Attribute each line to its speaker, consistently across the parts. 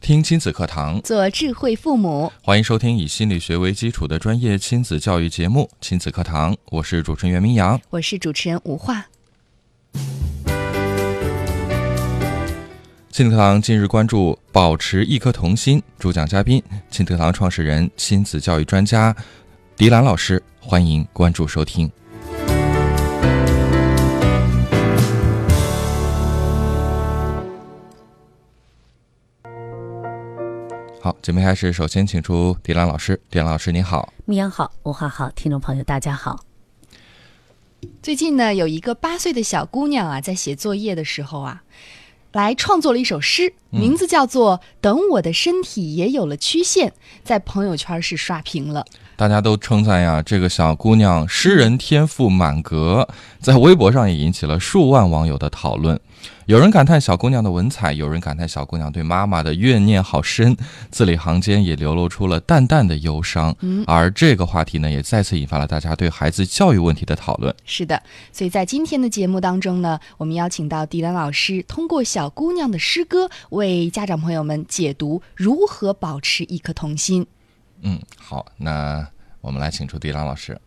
Speaker 1: 听亲子课堂，
Speaker 2: 做智慧父母。
Speaker 1: 欢迎收听以心理学为基础的专业亲子教育节目《亲子课堂》，我是主持人袁明阳。
Speaker 2: 我是主持人吴化。
Speaker 1: 亲子课堂近日关注“保持一颗童心”，主讲嘉宾亲子课堂创始人、亲子教育专家迪兰老师，欢迎关注收听。好，节目开始，首先请出迪兰老师。迪兰老师，您好。
Speaker 3: 米阳好，文化好，听众朋友大家好。
Speaker 2: 最近呢，有一个八岁的小姑娘啊，在写作业的时候啊，来创作了一首诗，名字叫做《等我的身体也有了曲线》，在朋友圈是刷屏了。
Speaker 1: 大家都称赞呀，这个小姑娘诗人天赋满格，在微博上也引起了数万网友的讨论。有人感叹小姑娘的文采，有人感叹小姑娘对妈妈的怨念好深，字里行间也流露出了淡淡的忧伤。
Speaker 2: 嗯
Speaker 1: 而这个话题呢，也再次引发了大家对孩子教育问题的讨论。
Speaker 2: 是的，所以在今天的节目当中呢，我们邀请到迪兰老师，通过小姑娘的诗歌，为家长朋友们解读如何保持一颗童心。
Speaker 1: 嗯，好，那我们来请出迪兰老师。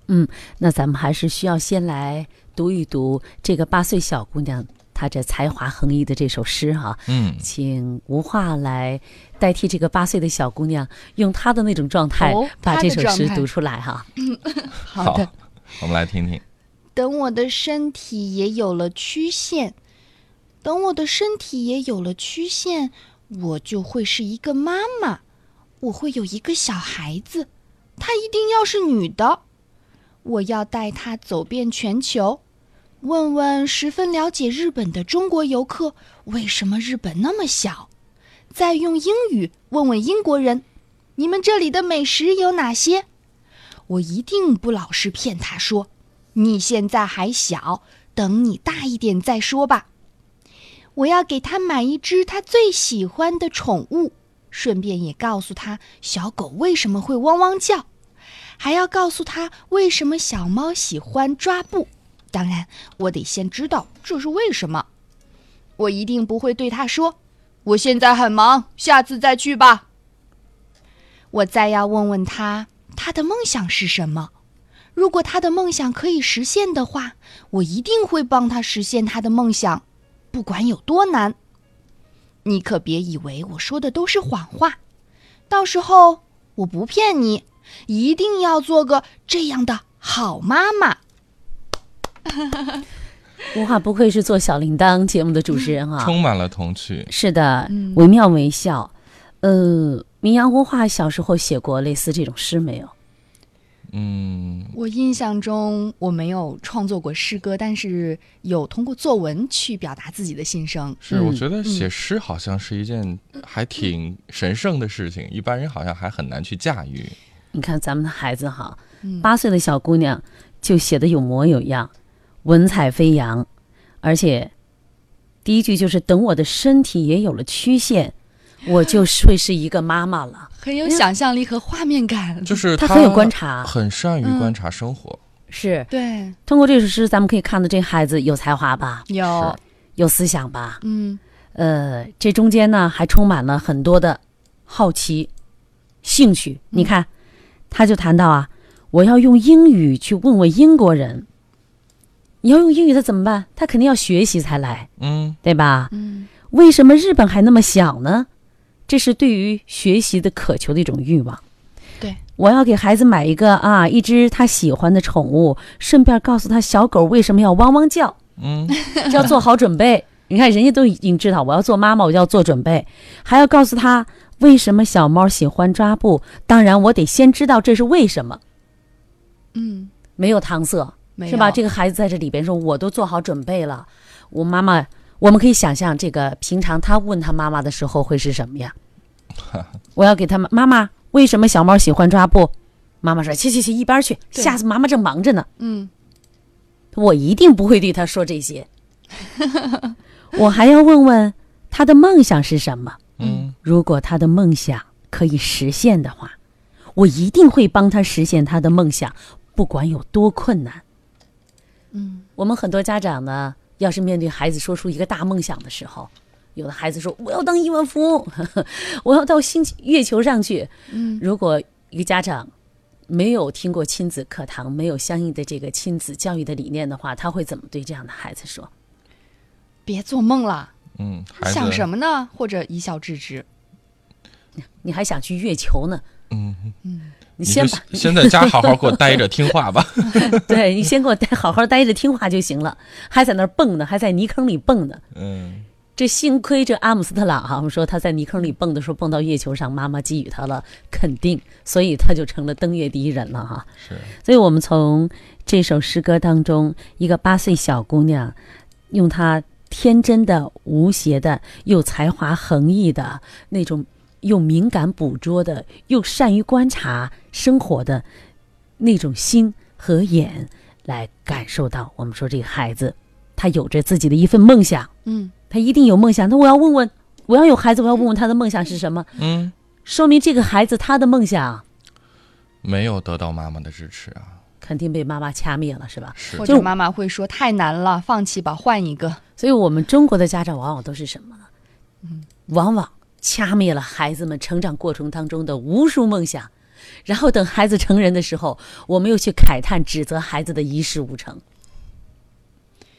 Speaker 3: 那咱们还是需要先来读一读这个八岁小姑娘她这才华横溢的这首诗哈、
Speaker 1: 嗯，
Speaker 3: 请吴话来代替这个八岁的小姑娘，用她的那种状态
Speaker 2: 哦
Speaker 3: 把
Speaker 2: 她
Speaker 3: 这
Speaker 2: 的
Speaker 3: 首
Speaker 2: 状
Speaker 3: 诗
Speaker 2: 态
Speaker 3: 读出来哈、
Speaker 2: 好的，
Speaker 1: 我们来听听。
Speaker 2: 等我的身体也有了曲线，等我的身体也有了曲线，我就会是一个妈妈，我会有一个小孩子，她一定要是女的，我要带她走遍全球，问问十分了解日本的中国游客为什么日本那么小，再用英语问问英国人，你们这里的美食有哪些？我一定不老是骗她说。你现在还小，等你大一点再说吧。我要给他买一只他最喜欢的宠物，顺便也告诉他小狗为什么会汪汪叫，还要告诉他为什么小猫喜欢抓布。当然，我得先知道这是为什么。我一定不会对他说：“我现在很忙，下次再去吧。”我再要问问他他的梦想是什么。如果他的梦想可以实现的话，我一定会帮他实现他的梦想，不管有多难。你可别以为我说的都是谎话，到时候我不骗你，一定要做个这样的好妈妈。
Speaker 3: 吴话不愧是做小铃铛节目的主持人
Speaker 2: 嗯
Speaker 3: 哈、
Speaker 1: 充满了童趣。
Speaker 3: 是的，惟妙惟肖。呃，民阳文化小时候写过类似这种诗没有？
Speaker 1: 嗯，
Speaker 2: 我印象中我没有创作过诗歌，但是有通过作文去表达自己的心声。
Speaker 1: 是，我
Speaker 3: 嗯
Speaker 1: 觉得写诗好像是一件还挺神圣的事情，一般人好像还很难去驾驭。
Speaker 3: 你看咱们的孩子哈，八岁的小姑娘就写的有模有样，文采飞扬，而且第一句就是“等我的身体也有了曲线，我就会是一个妈妈了
Speaker 2: 很有想象力和画面感
Speaker 1: 就，是”。
Speaker 3: 她嗯很有观，察，嗯
Speaker 1: 很善于观察生活。
Speaker 3: 是
Speaker 2: 对，
Speaker 3: 通过这首诗，咱们可以看到这孩子有才华吧，
Speaker 2: 有，
Speaker 3: 有思想吧，
Speaker 2: 嗯，
Speaker 3: 呃，这中间呢还充满了很多的好奇、兴趣。你看，他就谈到啊，我要用英语去问问英国人，你要用英语他怎么办？他肯定要学习才来，
Speaker 1: 嗯，
Speaker 3: 对吧？嗯，为什么日本还那么小呢？这是对于学习的渴求的一种欲望。
Speaker 2: 对，
Speaker 3: 我要给孩子买一个啊，一只他喜欢的宠物，顺便告诉他小狗为什么要汪汪叫。
Speaker 1: 嗯，
Speaker 3: 要做好准备。你看，人家都已经知道我要做妈妈，我就要做准备，还要告诉他为什么小猫喜欢抓布。当然，我得先知道这是为什么，
Speaker 2: 嗯，
Speaker 3: 没有搪塞，
Speaker 2: 没
Speaker 3: 是吧？
Speaker 2: 有
Speaker 3: 这个孩子在这里边说，我都做好准备了。我妈妈，我们可以想象，这个平常他问他妈妈的时候会是什么呀？我要给他们妈妈，为什么小猫喜欢抓布？妈妈说：“去去去，一边儿去！
Speaker 2: 对
Speaker 3: 下次妈妈正忙着呢，
Speaker 2: 嗯，
Speaker 3: 我一定不会对他说这 些。我还要问问他的梦想是什么。
Speaker 1: 嗯
Speaker 3: 如果他的梦想可以实现的话，我一定会帮他实现他的梦想，不管有多困难。
Speaker 2: 嗯，
Speaker 3: 我们很多家长呢，要是面对孩子说出一个大梦想的时候，有的孩子说我要当亿万富翁， 我要到星际月球上去。
Speaker 2: 嗯，
Speaker 3: 如果一个家长没有听过亲子课堂，没有相应的这个亲子教育的理念的话，他会怎么对这样的孩子说？
Speaker 2: 别做梦了，
Speaker 1: 嗯，孩子
Speaker 2: 想什么呢？或者以小制之。
Speaker 3: 你还想去月球呢？
Speaker 1: 嗯，
Speaker 3: 你
Speaker 1: 你
Speaker 3: 先
Speaker 1: 就
Speaker 3: 把
Speaker 1: 先在家好好给我 待着，听话吧。
Speaker 3: 对你先给我待好好待着听话就行了，还在那儿蹦呢，还在泥坑里蹦呢。
Speaker 1: 嗯
Speaker 3: 这幸亏这阿姆斯特朗啊哈、我们说他在泥坑里蹦的时候蹦到月球上，妈妈给予他了肯定，所以他就成了登月第一人了哈、
Speaker 1: 是，
Speaker 3: 所以我们从这首诗歌当中，一个八岁小姑娘，用她天真的、无邪的、又才华横溢的那种，又敏感捕捉的，又善于观察生活的那种心和眼，来感受到我们说这个孩子，他有着自己的一份梦想，
Speaker 2: 嗯，
Speaker 3: 他一定有梦想。那我要问问，我要有孩子，我要问问他的梦想是什么？
Speaker 1: 嗯，
Speaker 3: 说明这个孩子他的梦想
Speaker 1: 没有得到妈妈的支持啊，
Speaker 3: 肯定被妈妈掐灭了，是吧？
Speaker 1: 是
Speaker 2: 或
Speaker 3: 就
Speaker 2: 者妈妈会说太难了，放弃吧，换一个。
Speaker 3: 所以我们中国的家长往往都是什么呢？嗯，往往掐灭了孩子们成长过程当中的无数梦想，然后等孩子成人的时候，我们又去慨叹、指责孩子的一事无成，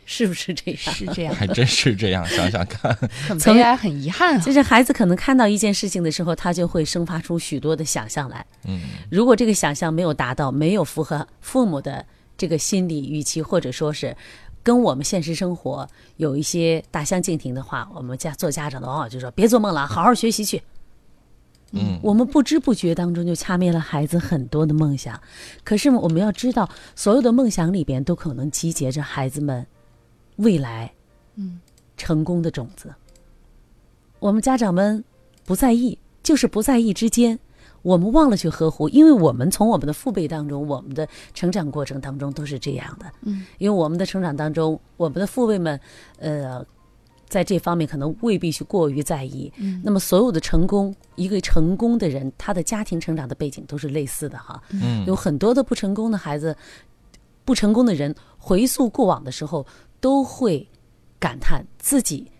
Speaker 3: 是不是这样？
Speaker 2: 是 这样，
Speaker 1: 还真是这样，想想看，
Speaker 2: 很
Speaker 3: 曾
Speaker 2: 悲哀，很遗憾啊。
Speaker 3: 就是孩子可能看到一件事情的时候，他就会生发出许多的想象来。
Speaker 1: 嗯，
Speaker 3: 如果这个想象没有达到，没有符合父母的这个心理预期，或者说是跟我们现实生活有一些大相径庭的话，我们家做家长的往往就说：“别做梦了，好好学习去。”
Speaker 1: 嗯，
Speaker 3: 我们不知不觉当中就掐灭了孩子很多的梦想。可是我们要知道，所有的梦想里边都可能集结着孩子们未来
Speaker 2: 嗯
Speaker 3: 成功的种子。我们家长们不在意，就是不在意之间，我们忘了去呵护，因为我们从我们的父辈当中，我们的成长过程当中都是这样的。
Speaker 2: 嗯，
Speaker 3: 因为我们的成长当中，我们的父辈们，呃，在这方面可能未必去过于在意。
Speaker 2: 嗯
Speaker 3: 那么所有的成功，一个成功的人，他的家庭成长的背景都是类似的哈。
Speaker 1: 嗯
Speaker 3: 有很多的不成功的孩子，不成功的人，回溯过往的时候，都会感叹自己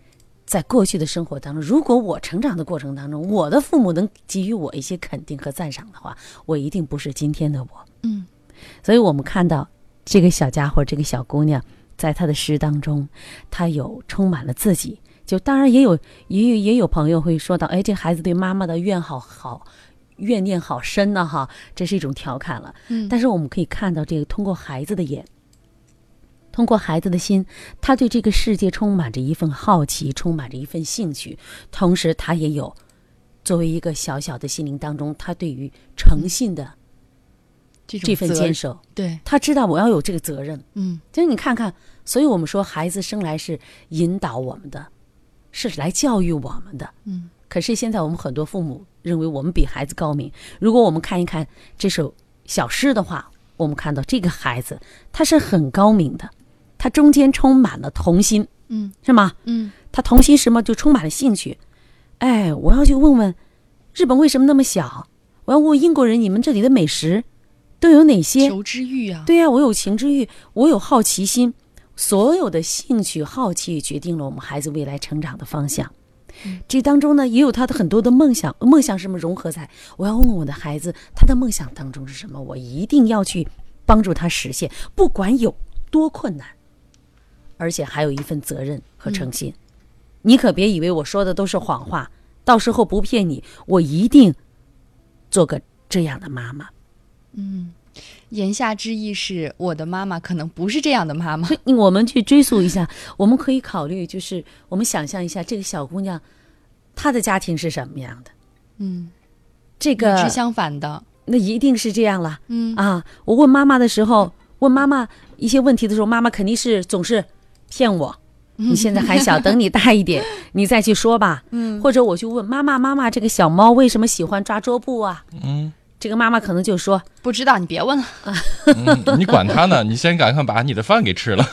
Speaker 3: 在过去的生活当中，如果我成长的过程当中，我的父母能给予我一些肯定和赞赏的话，我一定不是今天的我。
Speaker 2: 嗯，
Speaker 3: 所以我们看到这个小家伙，这个小姑娘，在她的诗当中，她有充满了自己。就当然也有也有也有朋友会说到，哎，这孩子对妈妈的怨好好怨念好深呢、啊哈，这是一种调侃了。
Speaker 2: 嗯
Speaker 3: 但是我们可以看到，这个通过孩子的眼，通过孩子的心，他对这个世界充满着一份好奇，充满着一份兴趣，同时他也有作为一个小小的心灵当中，他对于诚信的
Speaker 2: 这种
Speaker 3: 这份
Speaker 2: 责
Speaker 3: 坚守，
Speaker 2: 对，
Speaker 3: 他知道我要有这个责任。
Speaker 2: 嗯
Speaker 3: 就是你看看，所以我们说孩子生来是引导我们的，是来教育我们的。
Speaker 2: 嗯，
Speaker 3: 可是现在我们很多父母认为我们比孩子高明。如果我们看一看这首小诗的话，我们看到这个孩子他是很高明的，他中间充满了童心，
Speaker 2: 嗯，
Speaker 3: 是吗？
Speaker 2: 嗯
Speaker 3: 他童心什么就充满了兴趣。哎，我要去问问，日本为什么那么小？我要问问英国人，你们这里的美食都有哪些？
Speaker 2: 求知欲啊，
Speaker 3: 对呀、我有情之欲，我有好奇心，所有的兴趣、好奇决定了我们孩子未来成长的方向。这当中呢，也有他的很多的梦想，梦想是什么融合在？我要问问我的孩子，他的梦想当中是什么？我一定要去帮助他实现，不管有多困难，而且还有一份责任和诚信。你可别以为我说的都是谎话，到时候不骗你，我一定做个这样的妈妈。
Speaker 2: 言下之意是我的妈妈可能不是这样的妈妈。
Speaker 3: 所以我们去追溯一下，我们可以考虑，就是我们想象一下，这个小姑娘，她的家庭是什么样的？
Speaker 2: 嗯，
Speaker 3: 这
Speaker 2: 与之
Speaker 3: 个
Speaker 2: 相反的。
Speaker 3: 那一定是这样了
Speaker 2: 嗯
Speaker 3: 啊！我问妈妈的时候，问妈妈一些问题的时候，妈妈肯定是总是骗我，你现在还小，等你大一 点，你再去说吧。
Speaker 2: 嗯
Speaker 3: 或者我就问妈妈：“妈妈，这个小猫为什么喜欢抓桌布啊
Speaker 1: 嗯，？”
Speaker 3: 这个妈妈可能就说
Speaker 2: 不知道你别问了。
Speaker 1: 嗯你管他呢，你先赶快把你的饭给吃了。：“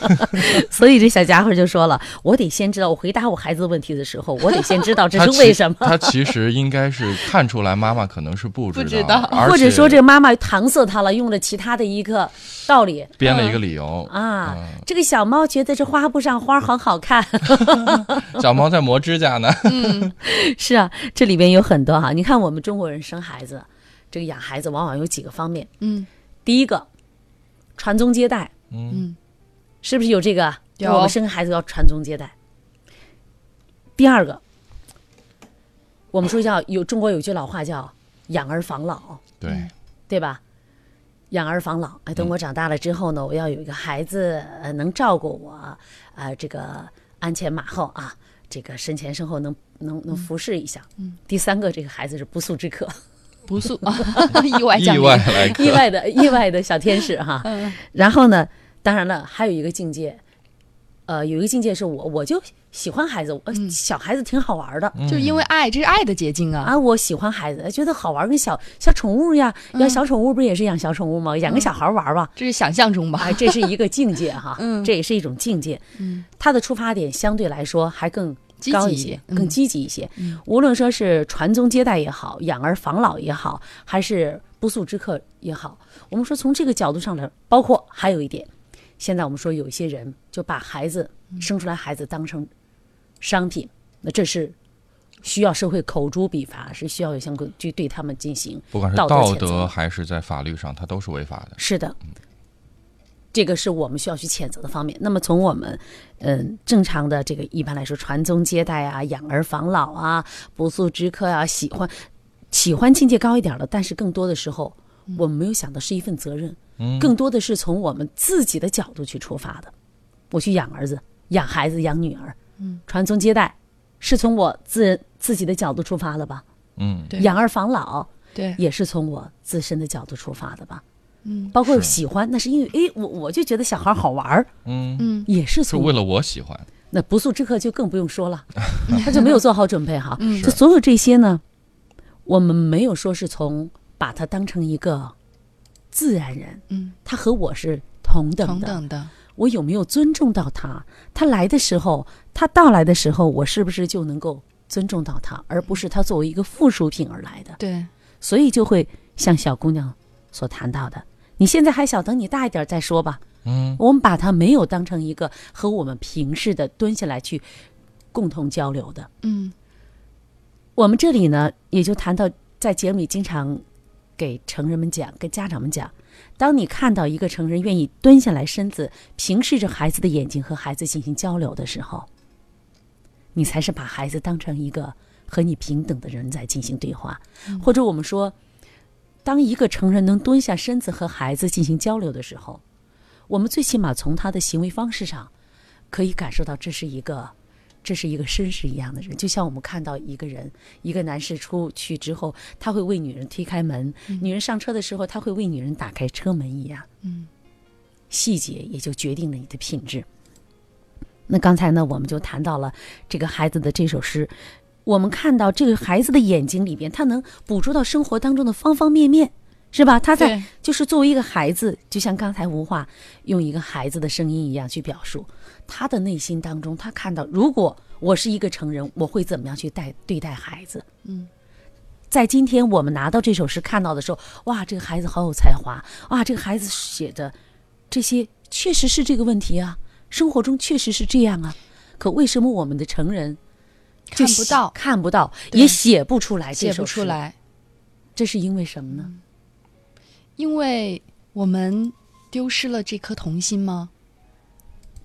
Speaker 3: 所以这小家伙就说了，我得先知道，我回答我孩子问题的时候，我得先知道这
Speaker 1: 他
Speaker 3: 是
Speaker 1: 其
Speaker 3: 为什么。”
Speaker 1: 他其实应该是看出来妈妈可能是不
Speaker 2: 不
Speaker 1: 知
Speaker 2: 知
Speaker 1: 道
Speaker 2: 道，
Speaker 1: 而
Speaker 3: 或者
Speaker 1: 且
Speaker 3: 说这个妈妈搪塞他了，用了其他的一个道理
Speaker 1: 编了一个理由。
Speaker 3: 啊。
Speaker 1: 嗯
Speaker 3: 这个小猫觉得这花布上花很好看，
Speaker 1: 小猫在磨指甲呢。
Speaker 3: 是啊，这里边有很多哈、你看我们中国人生孩子，这个养孩子往往有几个方面，
Speaker 2: 嗯
Speaker 3: 第一个传宗接代，
Speaker 1: 嗯，
Speaker 2: 嗯，
Speaker 3: 是不是有这个？
Speaker 2: 有
Speaker 3: 我们生孩子要传宗接代。第二个，我们说叫有中国有句老话叫“养儿防老”，
Speaker 1: 对，
Speaker 3: 对吧？养儿防老，哎，等我长大了之后呢，我要有一个孩子，呃，能照顾我，呃，这个鞍前马后啊，这个身前身后能能能服侍一下。嗯、第三个，这个孩子是不速之客，
Speaker 2: 不速 意外降
Speaker 1: 意
Speaker 2: 临
Speaker 1: 外来
Speaker 3: 意
Speaker 1: 客。
Speaker 3: 外的意外的小天使哈。 然后呢，当然了，还有一个境界，呃，有一个境界是我我就喜欢孩子，呃，小孩子挺好玩的，
Speaker 2: 就是因为爱，这是爱的结晶啊。
Speaker 3: 啊，我喜欢孩子，觉得好玩，跟小小宠物呀，养小宠物不是也是养小宠物吗？养个小孩玩吧，
Speaker 2: 这是想象中吧？
Speaker 3: 哎，这是一个境界哈，
Speaker 2: 嗯
Speaker 3: 这也是一种境界。
Speaker 2: 嗯，
Speaker 3: 它的出发点相对来说还更高一些
Speaker 2: 积，极
Speaker 3: 更
Speaker 2: 嗯
Speaker 3: 积极一些。无论说是传宗接代也好，养儿防老也好，还是不速之客也好，我们说从这个角度上来，包括还有一点，现在我们说有一些人就把孩子
Speaker 2: 嗯
Speaker 3: 生出来孩子当成商品，那这是。需要社会口诛笔伐，是需要有相关去对他们进行
Speaker 1: 不管是
Speaker 3: 道德
Speaker 1: 道
Speaker 3: 谴责
Speaker 1: 德还是在法律上，它都是违法的。
Speaker 3: 是的，这个是我们需要去谴责的方面。那么从我们嗯正常的这个一般来说传宗接代啊、养儿防老啊、不速之客啊、喜欢喜欢境界高一点了，但是更多的时候我们没有想到是一份责任，更多的是从我们自己的角度去出发的。我去养儿子、养孩子、养女儿，传宗接代是从我自自己的角度出发的吧？
Speaker 1: 嗯，
Speaker 2: 对
Speaker 3: 养儿防老
Speaker 2: 对，
Speaker 3: 也是从我自身的角度出发的吧？
Speaker 2: 嗯
Speaker 3: 包括
Speaker 1: 是
Speaker 3: 喜欢，那是因为哎，我我就觉得小孩好玩儿，
Speaker 1: 嗯，
Speaker 2: 嗯
Speaker 3: 也是
Speaker 1: 是
Speaker 3: 从
Speaker 1: 为了我喜欢。
Speaker 3: 那不速之客就更不用说了，他就没有做好准备哈。
Speaker 2: 嗯
Speaker 3: 就所有这些呢，我们没有说是从把他当成一个自然人，
Speaker 2: 嗯，
Speaker 3: 他和我是同等的，
Speaker 2: 同等的，
Speaker 3: 我有没有尊重到他？他来的时候，他到来的时候，我是不是就能够尊重到他，而不是他作为一个附属品而来的？
Speaker 2: 对，
Speaker 3: 所以就会像小姑娘所谈到的，你现在还小，等你大一点儿再说吧。
Speaker 1: 嗯，
Speaker 3: 我们把它没有当成一个和我们平视的蹲下来去共同交流的。
Speaker 2: 嗯
Speaker 3: 我们这里呢，也就谈到在节目里经常给成人们讲，跟家长们讲，当你看到一个成人愿意蹲下来身子，平视着孩子的眼睛和孩子进行交流的时候，你才是把孩子当成一个和你平等的人在进行对话，或者我们说，当一个成人能蹲下身子和孩子进行交流的时候，我们最起码从他的行为方式上，可以感受到这是一个。这是一个绅士一样的人，就像我们看到一个人，一个男士出去之后，他会为女人推开门；女人上车的时候，他会为女人打开车门一样。嗯，细节也就决定了你的品质。那刚才呢，我们就谈到了这个孩子的这首诗，我们看到这个孩子的眼睛里边，他能捕捉到生活当中的方方面面，是吧？他在
Speaker 2: 对
Speaker 3: 就是作为一个孩子，就像刚才吴话用一个孩子的声音一样去表述，他的内心当中，他看到，如果我是一个成人，我会怎么样去待对待孩子？
Speaker 2: 嗯，
Speaker 3: 在今天我们拿到这首诗看到的时候，哇，这个孩子好有才华，哇，这个孩子写的这些确实是这个问题啊，生活中确实是这样啊。可为什么我们的成人就
Speaker 2: 看不到，
Speaker 3: 看不到，
Speaker 2: 对
Speaker 3: 也写不出来这
Speaker 2: 写
Speaker 3: 首
Speaker 2: 不出
Speaker 3: 诗？
Speaker 2: 来，
Speaker 3: 这是因为什么呢？
Speaker 2: 因为我们丢失了这颗童心吗？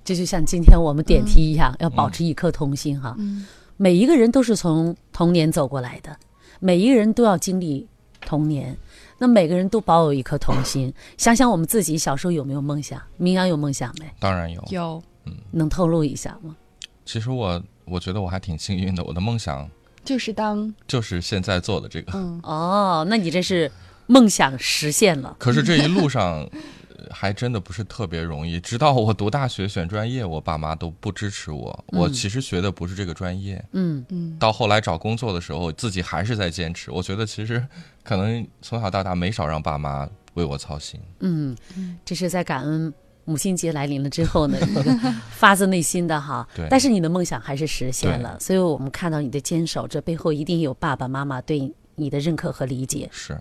Speaker 3: 这就像今天我们点题一样，要保持一颗童心哈。
Speaker 2: 嗯
Speaker 3: 每一个人都是从童年走过来的，每一个人都要经历童年。那每个人都保有一颗童心，想想我们自己小时候有没有梦想？明阳有梦想没？
Speaker 1: 当然
Speaker 3: 哦
Speaker 1: 有。
Speaker 2: 有，
Speaker 3: 能透露一下吗？
Speaker 1: 其实我我觉得我还挺幸运的，我的梦想
Speaker 2: 就是当
Speaker 1: 就是现在做的这个。
Speaker 2: 嗯
Speaker 3: 哦，那你这是梦想实现了。
Speaker 1: 可是这一路上，呃还真的不是特别容易。直到我读大学选专业，我爸妈都不支持我。我其实学的不是这个专业，
Speaker 3: 嗯，
Speaker 2: 嗯，
Speaker 1: 到后来找工作的时候，自己还是在坚持。我觉得其实可能从小到大没少让爸妈为我操心。
Speaker 3: 嗯，这是在感恩母亲节来临了之后呢，一个发自内心的哈
Speaker 1: 对。
Speaker 3: 但是你的梦想还是实现了，所以我们看到你的坚守，这背后一定有爸爸妈妈对你的认可和理解。
Speaker 1: 是，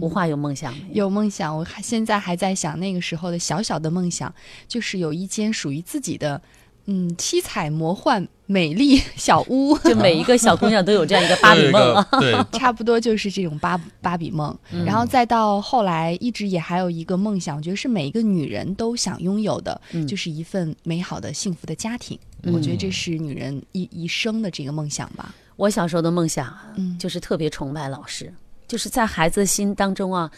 Speaker 3: 无话有梦想没？
Speaker 2: 有梦想，我还现在还在想那个时候的小小的梦想，就是有一间属于自己的，嗯，七彩魔幻美丽小 屋，
Speaker 3: 就每一个小姑娘都有这样一个芭
Speaker 1: 还有
Speaker 3: 比
Speaker 1: 一
Speaker 3: 梦
Speaker 1: 个
Speaker 3: 啊。
Speaker 1: 对
Speaker 2: 差不多就是这种芭芭比梦。
Speaker 3: 嗯
Speaker 2: 然后再到后来，一直也还有一个梦想，我觉得是每一个女人都想拥有的，
Speaker 3: 嗯
Speaker 2: 就是一份美好的幸福的家庭。
Speaker 3: 嗯
Speaker 2: 我觉得这是女人一一生的这个梦想吧。
Speaker 3: 我小时候的梦想啊
Speaker 2: 嗯
Speaker 3: 就是特别崇拜老师，就是在孩子心当中啊，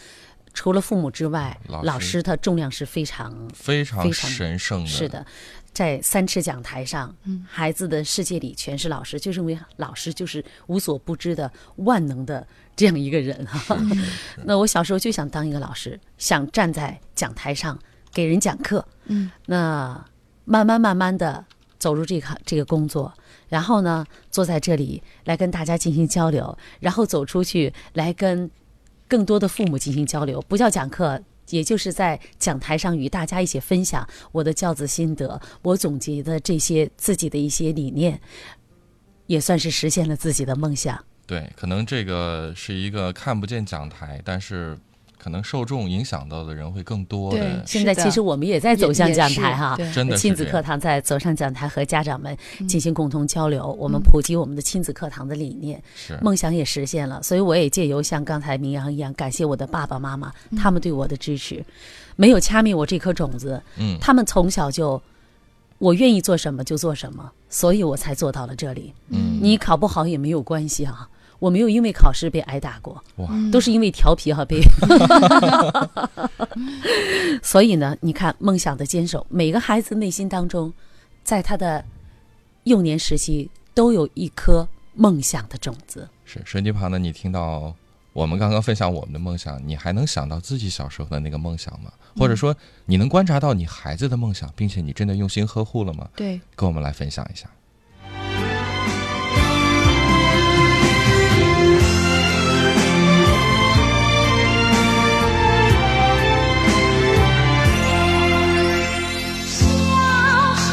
Speaker 3: 除了父母之外，
Speaker 1: 老师
Speaker 3: 老师他重量是非常
Speaker 1: 非 常
Speaker 3: 非常
Speaker 1: 神圣的，
Speaker 3: 是，的，在三尺讲台上，孩子的世界里全是老师，就认为老师就是无所不知的万能的这样一个人哈、 那我小时候就想当一个老师，想站在讲台上给人讲课。
Speaker 2: 嗯，
Speaker 3: 那慢慢慢慢的走入这个这个工作，然后呢，坐在这里来跟大家进行交流，然后走出去来跟更多的父母进行交流，不叫讲课，也就是在讲台上与大家一起分享我的教子心得，我总结的这些自己的一些理念，也算是实现了自己的梦想。
Speaker 1: 对，可能这个是一个看不见讲台，但是可能受众影响到的人会更多的
Speaker 2: 对，
Speaker 3: 现在
Speaker 2: 是的
Speaker 3: 其实我们也在走向
Speaker 2: 也
Speaker 3: 讲台哈。
Speaker 2: 也是对嗯
Speaker 1: 真的是
Speaker 3: 亲子
Speaker 1: 这
Speaker 3: 课
Speaker 1: 样
Speaker 3: 堂在走上讲台和家长们进行共同交流，我们普及我们的亲子课堂的理念，
Speaker 1: 是
Speaker 3: 梦想也实现了。所以我也借由像刚才明阳一样，感谢我的爸爸妈妈，
Speaker 1: 嗯
Speaker 3: 他们对我的支持，没有掐灭我这颗种子。
Speaker 1: 嗯
Speaker 3: 他们从小就，我愿意做什么就做什么，所以我才做到了这里。
Speaker 1: 嗯，
Speaker 3: 你考不好也没有关系啊，我没有因为考试被挨打过，
Speaker 1: 哇，
Speaker 3: 都是因为调皮啊哈、被。所以呢，你看梦想的坚守，每个孩子内心当中，在他的幼年时期都有一颗梦想的种子。
Speaker 1: 是手机旁的你听到我们刚刚分享我们的梦想，你还能想到自己小时候的那个梦想吗？
Speaker 3: 嗯
Speaker 1: 或者说你能观察到你孩子的梦想，并且你真的用心呵护了吗？
Speaker 2: 对，
Speaker 1: 跟我们来分享一下。
Speaker 4: 小时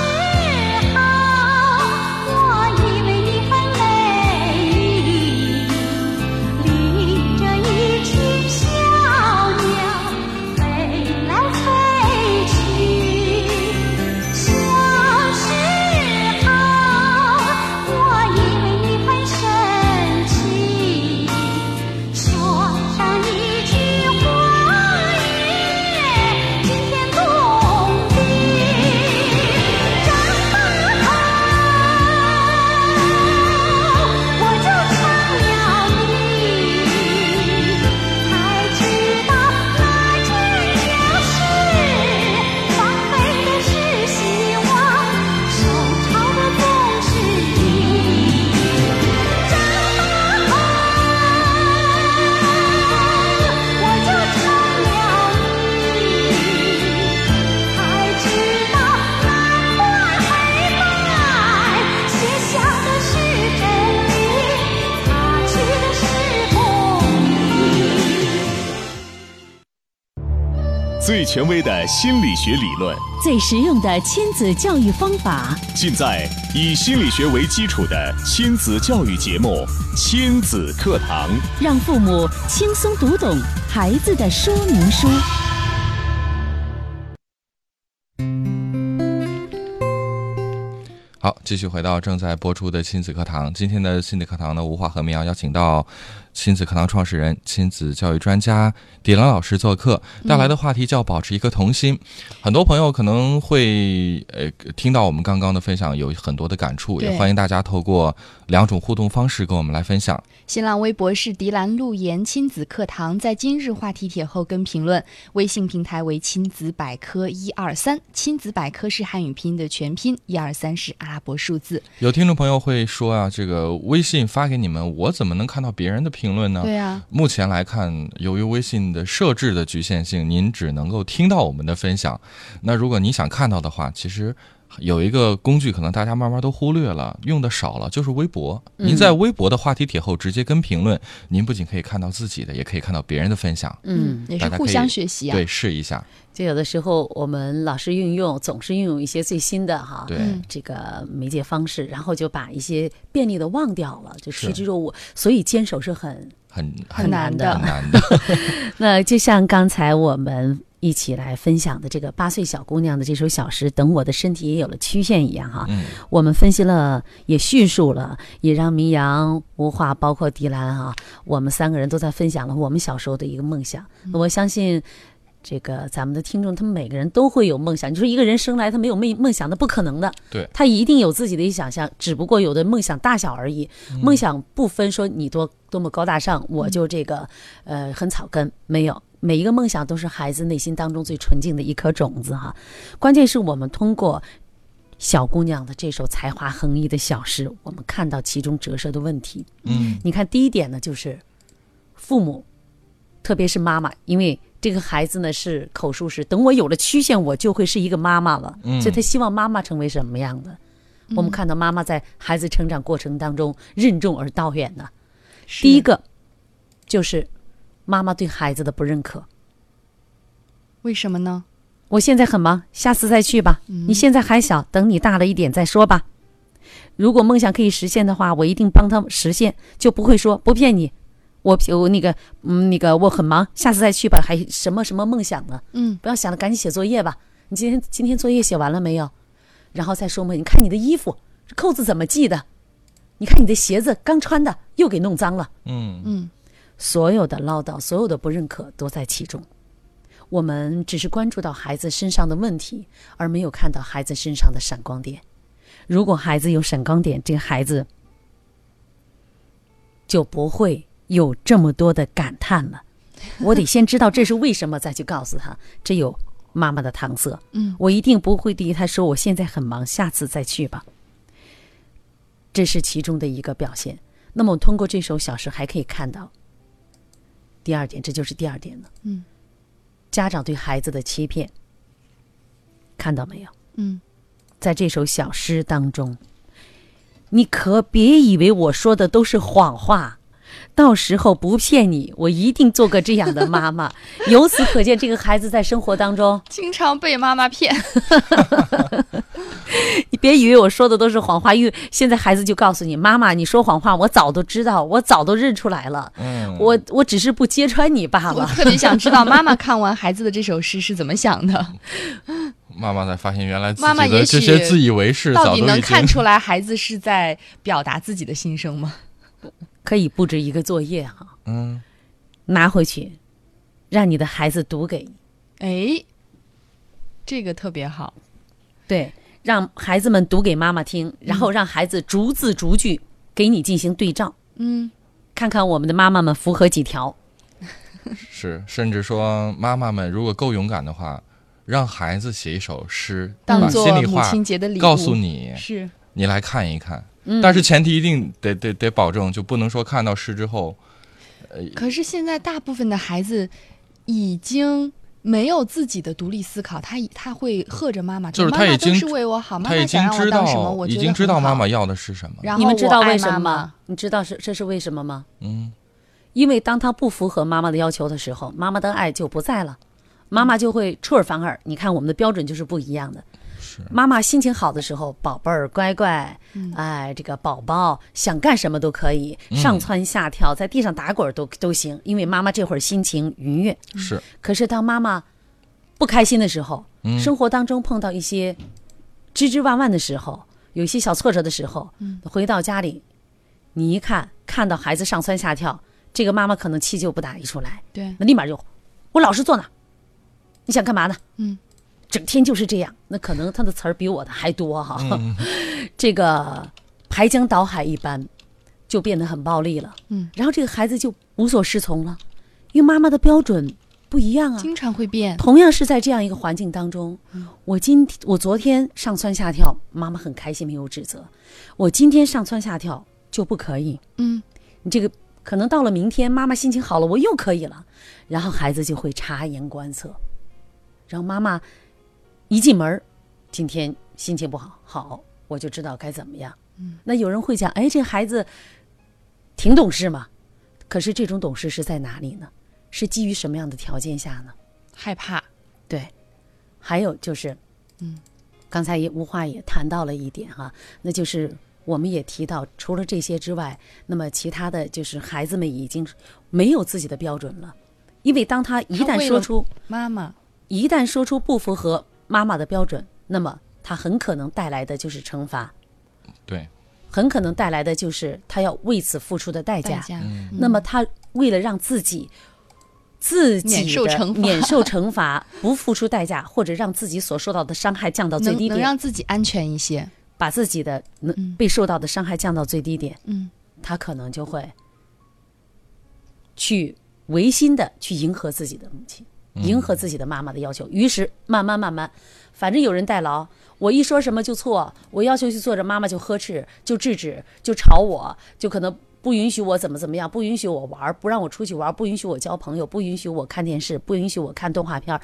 Speaker 4: 候，我以为你很美丽，淋着一群小鸟飞来飞去。小时候，我以为你很神奇，说上一句话语，惊天动地。长大后，我就成了你，才知道那只就是放飞的是希望，手抄的总是你。长大后，我就成了你，才知道蓝白黑白，写下的是真理，擦去的是公义。
Speaker 5: 最权威的心理学理论，
Speaker 6: 最实用的亲子教育方法，
Speaker 5: 尽在以心理学为基础的亲子教育节目《亲子课堂》。
Speaker 6: 让父母轻松读懂孩子的说明书。
Speaker 1: 好，继续回到正在播出的亲子课堂。今天的亲子课堂呢，吴华和明阳邀请到亲子课堂创始人、亲子教育专家迪兰老师做客，带来的话题叫“保持一颗童心”很多朋友可能会呃听到我们刚刚的分享，有很多的感触，也
Speaker 2: 对
Speaker 1: 欢迎大家透过两种互动方式跟我们来分享。
Speaker 2: 新浪微博是迪兰路言亲子课堂，在今日话题帖后跟评论。微信平台为亲子百科一二三，亲子百科是汉语拼音的全拼，一二三是阿拉阿伯数字。
Speaker 1: 有听众朋友会说啊，这个微信发给你们，我怎么能看到别人的评论呢？
Speaker 2: 对啊，
Speaker 1: 目前来看，由于微信的设置的局限性，您只能够听到我们的分享。那如果你想看到的话，其实有一个工具，可能大家慢慢都忽略了，用的少了，就是微博。
Speaker 2: 嗯
Speaker 1: 您在微博的话题帖后直接跟评论，您不仅可以看到自己的，也可以看到别人的分享。
Speaker 3: 嗯，
Speaker 2: 也
Speaker 1: 大
Speaker 2: 是
Speaker 1: 家
Speaker 2: 互
Speaker 1: 可以
Speaker 2: 相学习啊。
Speaker 1: 对，试一下。
Speaker 3: 就有的时候我们老是运用，总是运用一些最新的哈，
Speaker 1: 对，
Speaker 2: 嗯
Speaker 3: 这个媒介方式，然后就把一些便利的忘掉了，就是趋之若鹜。所以坚守是很
Speaker 1: 很
Speaker 2: 很难的
Speaker 1: 很难的。
Speaker 3: 那就像刚才我们一起来分享的这个八岁小姑娘的这首《小时》，等我的身体也有了曲线一样哈。
Speaker 1: 嗯
Speaker 3: 我们分析了，也叙述了，也让明阳、吴化，包括迪兰哈、我们三个人都在分享了我们小时候的一个梦想。
Speaker 1: 嗯
Speaker 3: 我相信。这个咱们的听众，他们每个人都会有梦想。你说一个人生来他没有梦梦想，那不可能的。
Speaker 1: 对
Speaker 3: 他一定有自己的一想象，只不过有的梦想大小而已。
Speaker 1: 嗯
Speaker 3: 梦想不分说你多多么高大上，我就这个呃很草根，没有。每一个梦想都是孩子内心当中最纯净的一颗种子哈。关键是我们通过小姑娘的这首才华横溢的小诗，我们看到其中折射的问题。
Speaker 1: 嗯，
Speaker 3: 你看，第一点呢，就是父母，特别是妈妈，因为这个孩子呢是口述是，等我有了曲线，我就会是一个妈妈了，
Speaker 1: 嗯
Speaker 3: 所以他希望妈妈成为什么样的？我们看到妈妈在孩子成长过程当中任重而道远呢、第一
Speaker 2: 是
Speaker 3: 个就是妈妈对孩子的不认可。
Speaker 2: 为什么呢？
Speaker 3: 我现在很忙，下次再去吧。你现在还小，等你大了一点再说吧。如果梦想可以实现的话，我一定帮他实现，就不会说不骗你。我我那个嗯那个我很忙，下次再去吧。还什么什么梦想呢？
Speaker 2: 嗯，
Speaker 3: 不要想了，赶紧写作业吧。你今天今天作业写完了没有？然后再说嘛，你看你的衣服，这扣子怎么系的？你看你的鞋子刚穿的又给弄脏了。
Speaker 1: 嗯
Speaker 3: 所有的唠叨，所有的不认可都在其中。我们只是关注到孩子身上的问题，而没有看到孩子身上的闪光点。如果孩子有闪光点，这个孩子就不会有这么多的感叹了。我得先知道这是为什么，再去告诉他，这有妈妈的搪塞。
Speaker 2: 嗯，
Speaker 3: 我一定不会对他说我现在很忙，下次再去吧。这是其中的一个表现。那么通过这首小诗还可以看到，第二点，这就是第二点了。
Speaker 2: 嗯，
Speaker 3: 家长对孩子的欺骗，看到没有？
Speaker 2: 嗯，
Speaker 3: 在这首小诗当中，你可别以为我说的都是谎话。到时候不骗你，我一定做个这样的妈 妈。由此可见，这个孩子在生活当中，
Speaker 2: 经常被妈妈 骗。
Speaker 3: 你别以为我说的都是谎话，因为现在孩子就告诉你，妈妈，你说谎话，我早都知道，我早都认出来了，
Speaker 1: 嗯，
Speaker 3: 我我只是不揭穿你罢
Speaker 2: 我
Speaker 3: 了。
Speaker 2: 特别想知道妈妈看完孩子的这首诗是怎么想 的，
Speaker 1: 妈妈才发现原来自
Speaker 2: 妈妈
Speaker 1: 己的
Speaker 2: 也
Speaker 1: 这
Speaker 2: 许
Speaker 1: 些自以为是，
Speaker 2: 到
Speaker 1: 早都
Speaker 2: 底
Speaker 1: 已
Speaker 2: 能
Speaker 1: 经
Speaker 2: 看出来孩子是在表达自己的心声吗？
Speaker 3: 可以布置一个作业哈、
Speaker 1: 嗯
Speaker 3: 拿回去，让你的孩子读给你，
Speaker 2: 哎，这个特别好。
Speaker 3: 对，让孩子们读给妈妈听，然后让孩子逐字逐句给你进行对照，
Speaker 2: 嗯，
Speaker 3: 看看我们的妈妈们符合几条。
Speaker 1: 是，甚至说妈妈们如果够勇敢的话，让孩子写一首诗，
Speaker 2: 当
Speaker 1: 把
Speaker 2: 做
Speaker 1: 心里
Speaker 2: 母
Speaker 1: 话
Speaker 2: 亲节的礼物，嗯
Speaker 1: 告诉你，
Speaker 2: 是
Speaker 1: 你来看一看。但是前提一定得得得保证，就不能说看到诗之后，
Speaker 2: 可是现在大部分的孩子已经没有自己的独立思考，他他会喝着妈妈，
Speaker 1: 就是
Speaker 2: 妈
Speaker 1: 他
Speaker 2: 妈
Speaker 1: 已
Speaker 2: 都
Speaker 1: 经
Speaker 2: 是为我好，妈
Speaker 1: 他
Speaker 2: 啊妈
Speaker 1: 已
Speaker 2: 想
Speaker 1: 经
Speaker 2: 让我
Speaker 1: 知
Speaker 2: 当什么，
Speaker 1: 道
Speaker 2: 我
Speaker 1: 已
Speaker 2: 觉得
Speaker 1: 经知
Speaker 2: 很
Speaker 1: 道
Speaker 2: 好
Speaker 1: 妈妈，要的是什么。
Speaker 2: 然后
Speaker 3: 你们知道为什
Speaker 2: 我爱
Speaker 3: 么
Speaker 2: 妈
Speaker 3: 吗
Speaker 2: 妈？？
Speaker 3: 你知道是这是为什么吗？
Speaker 1: 嗯，
Speaker 3: 因为当他不符合妈妈的要求的时候，妈妈的爱就不在了，妈妈就会出尔反尔。你看我们的标准就是不一样的。
Speaker 1: 是
Speaker 3: 妈妈心情好的时候，宝贝儿乖乖，
Speaker 2: 嗯
Speaker 3: 哎，这个宝宝想干什么都可以，
Speaker 1: 嗯
Speaker 3: 上蹿下跳，在地上打滚儿都都行，因为妈妈这会儿心情愉悦。
Speaker 1: 是，
Speaker 3: 可是当妈妈不开心的时候，
Speaker 1: 嗯
Speaker 3: 生活当中碰到一些枝枝万万的时候，有一些小挫折的时候，回到家里，你一看看到孩子上蹿下跳，这个妈妈可能气就不打一处来，
Speaker 2: 对，
Speaker 3: 那立马就我老是坐那儿，你想干嘛呢？
Speaker 2: 嗯，
Speaker 3: 整天就是这样，那可能他的词儿比我的还多哈。 这个排江倒海一般，就变得很暴力了。
Speaker 2: 嗯，
Speaker 3: 然后这个孩子就无所适从了，因为妈妈的标准不一样啊。
Speaker 2: 经常会变。
Speaker 3: 同样是在这样一个环境当中，我今天我昨天上蹿下跳，妈妈很开心，没有指责；我今天上蹿下跳就不可以，
Speaker 2: 嗯，
Speaker 3: 你这个可能到了明天，妈妈心情好了，我又可以了，然后孩子就会察言观色，然后妈妈一进门儿，今天心情不好，好，我就知道该怎么样。嗯，那有人会讲，哎，这孩子挺懂事嘛，可是这种懂事是在哪里呢？是基于什么样的条件下呢？
Speaker 2: 害怕。
Speaker 3: 对，还有就是，嗯，刚才也吴话也谈到了一点哈、那就是我们也提到，除了这些之外，那么其他的就是孩子们已经没有自己的标准了，因为当他一
Speaker 2: 他
Speaker 3: 旦
Speaker 2: 为
Speaker 3: 说
Speaker 2: 了
Speaker 3: 出
Speaker 2: 妈妈，
Speaker 3: 一旦说出不符合妈妈的标准，那么他很可能带来的就是惩罚，
Speaker 1: 对，
Speaker 3: 很可能带来的就是他要为此付出的代价。
Speaker 2: 代价，嗯
Speaker 3: 那么他为了让自己自己的
Speaker 2: 免受惩罚
Speaker 3: 免受惩罚，不付出代价，或者让自己所受到的伤害降到最
Speaker 2: 能
Speaker 3: 低
Speaker 2: 能
Speaker 3: 点，
Speaker 2: 让自己安全一些。
Speaker 3: 把自己的能
Speaker 2: 嗯
Speaker 3: 被受到的伤害降到最低点，
Speaker 2: 嗯，
Speaker 3: 他可能就会去违心的去迎合自己的母亲，迎合自己的妈妈的要求，于是慢慢慢慢，反正有人代劳，我一说什么就错，我要求去做着，妈妈就呵斥，就制止，就吵我，就可能。不允许我怎么怎么样，不允许我玩儿，不让我出去玩儿，不允许我交朋友，不允许我看电视，不允许我看动画片儿，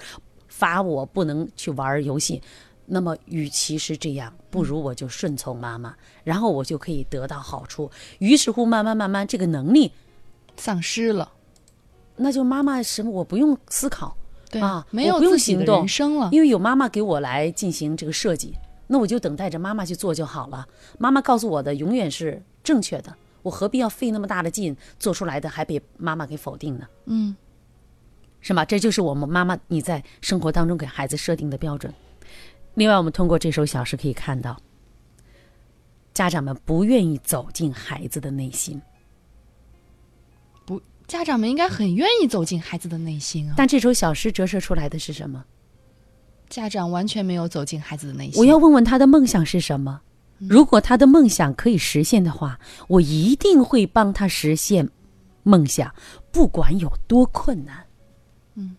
Speaker 3: 罚我不能去玩儿游戏。那么，与其是这样，不如我就顺从妈妈，然后我就可以得到好处。于是乎，慢慢慢慢，这个能力，
Speaker 2: 丧失了，
Speaker 3: 那就妈妈什么我不用思考，
Speaker 2: 对
Speaker 3: 啊
Speaker 2: 没
Speaker 3: 我
Speaker 2: 有
Speaker 3: 不用
Speaker 2: 自己
Speaker 3: 行
Speaker 2: 的
Speaker 3: 动
Speaker 2: 人生了。
Speaker 3: 因为有妈妈给我来进行这个设计，那我就等待着妈妈去做就好了。妈妈告诉我的永远是正确的，我何必要费那么大的劲做出来的还被妈妈给否定呢？
Speaker 2: 嗯，
Speaker 3: 是吧？这就是我们妈妈你在生活当中给孩子设定的标准。另外，我们通过这首小诗可以看到，家长们不愿意走进孩子的内心，
Speaker 2: 家长们应该很愿意走进孩子的内心啊，
Speaker 3: 但这首小诗折射出来的是什么？
Speaker 2: 家长完全没有走进孩子的内心。嗯
Speaker 3: 我要问问他的梦想是什么。如果他的梦想可以实现的话，我一定会帮他实现梦想，不管有多困难。嗯，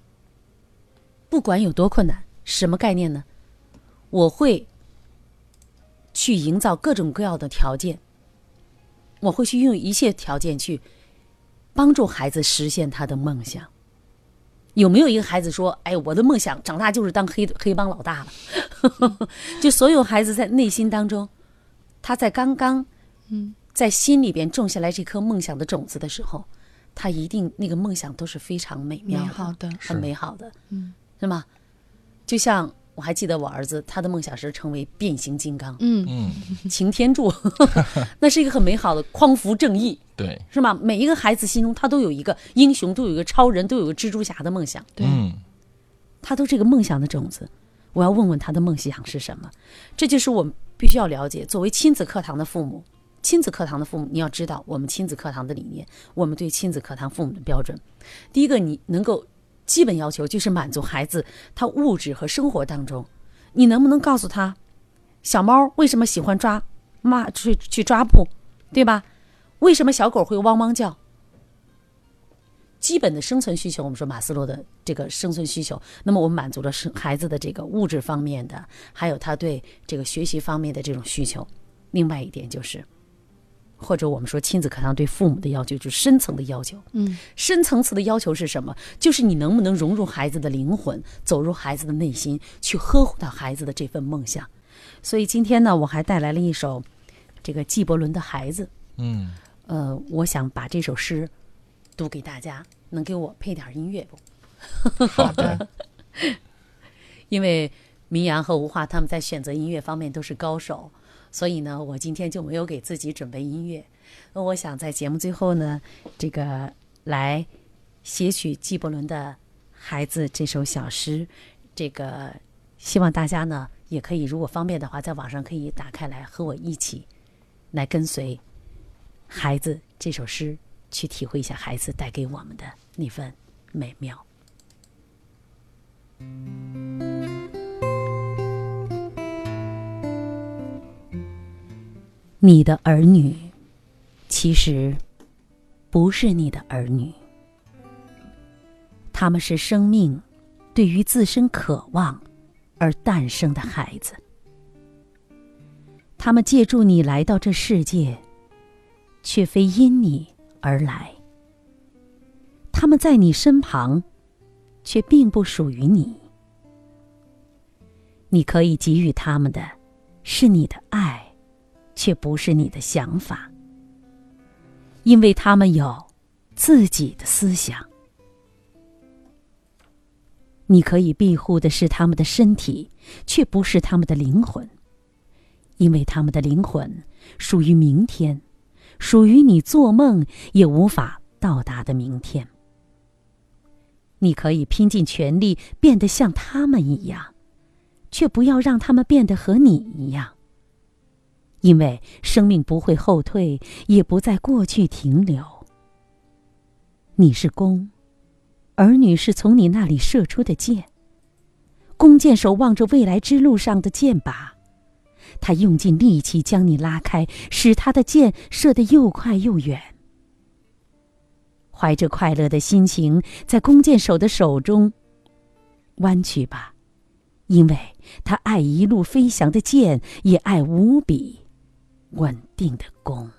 Speaker 3: 不管有多困难，什么概念呢？我会去营造各种各样的条件，我会去用一切条件去帮助孩子实现他的梦想。有没有一个孩子说：“哎，我的梦想长大就是当黑黑帮老大了？” 就所有孩子在内心当中，他在刚刚，
Speaker 2: 嗯
Speaker 3: 在心里边种下来这颗梦想的种子的时候，他一定那个梦想都是非常美妙
Speaker 2: 美好的
Speaker 3: 很美好的，嗯，是吗？就像我还记得我儿子，他的梦想是成为变形金刚，
Speaker 2: 嗯，
Speaker 3: 擎天柱， 那是一个很美好的匡扶正义，
Speaker 1: 对，
Speaker 3: 是吗？每一个孩子心中，他都有一个英雄，都有一个超人，都有一个蜘蛛侠的梦想。
Speaker 2: 对
Speaker 1: 嗯，
Speaker 3: 他都这个梦想的种子，我要问问他的梦想是什么？这就是我们必须要了解。作为亲子课堂的父母，亲子课堂的父母，你要知道我们亲子课堂的理念，我们对亲子课堂父母的标准。第一个，你能够基本要求就是满足孩子他物质和生活当中，你能不能告诉他，小猫为什么喜欢抓妈去去抓布，对吧？为什么小狗会汪汪叫？基本的生存需求，我们说马斯洛的这个生存需求，那么我们满足了生孩子的这个物质方面的，还有他对这个学习方面的这种需求。另外一点就是，或者我们说亲子课堂对父母的要求，就是深层的要求。嗯，深层次的要求是什么？就是你能不能融入孩子的灵魂，走入孩子的内心，去呵护到孩子的这份梦想。所以今天呢，我还带来了一首这个纪伯伦的《孩子》。
Speaker 1: 嗯，
Speaker 3: 呃，我想把这首诗读给大家，能给我配点音乐不？
Speaker 1: 好的，
Speaker 3: 因为明阳和吴化他们在选择音乐方面都是高手，所以呢，我今天就没有给自己准备音乐。那我想在节目最后呢，这个来写取纪伯伦的《孩子》这首小诗，这个希望大家呢也可以，如果方便的话，在网上可以打开来和我一起来跟随《孩子》这首诗，去体会一下孩子带给我们的那份美妙。你的儿女其实不是你的儿女，他们是生命对于自身渴望而诞生的孩子。他们借助你来到这世界，却非因你而来。他们在你身旁，却并不属于你。你可以给予他们的，是你的爱，却不是你的想法，因为他们有自己的思想。你可以庇护的是他们的身体，却不是他们的灵魂，因为他们的灵魂属于明天，属于你做梦也无法到达的明天。你可以拼尽全力变得像他们一样，却不要让他们变得和你一样，因为生命不会后退，也不在过去停留。你是弓。儿女是从你那里射出的箭。弓箭手望着未来之路上的箭靶，他用尽力气将你拉开，使他的箭射得又快又远。怀着快乐的心情，在弓箭手的手中弯曲吧，因为他爱一路飞翔的箭，也爱无比稳定的弓。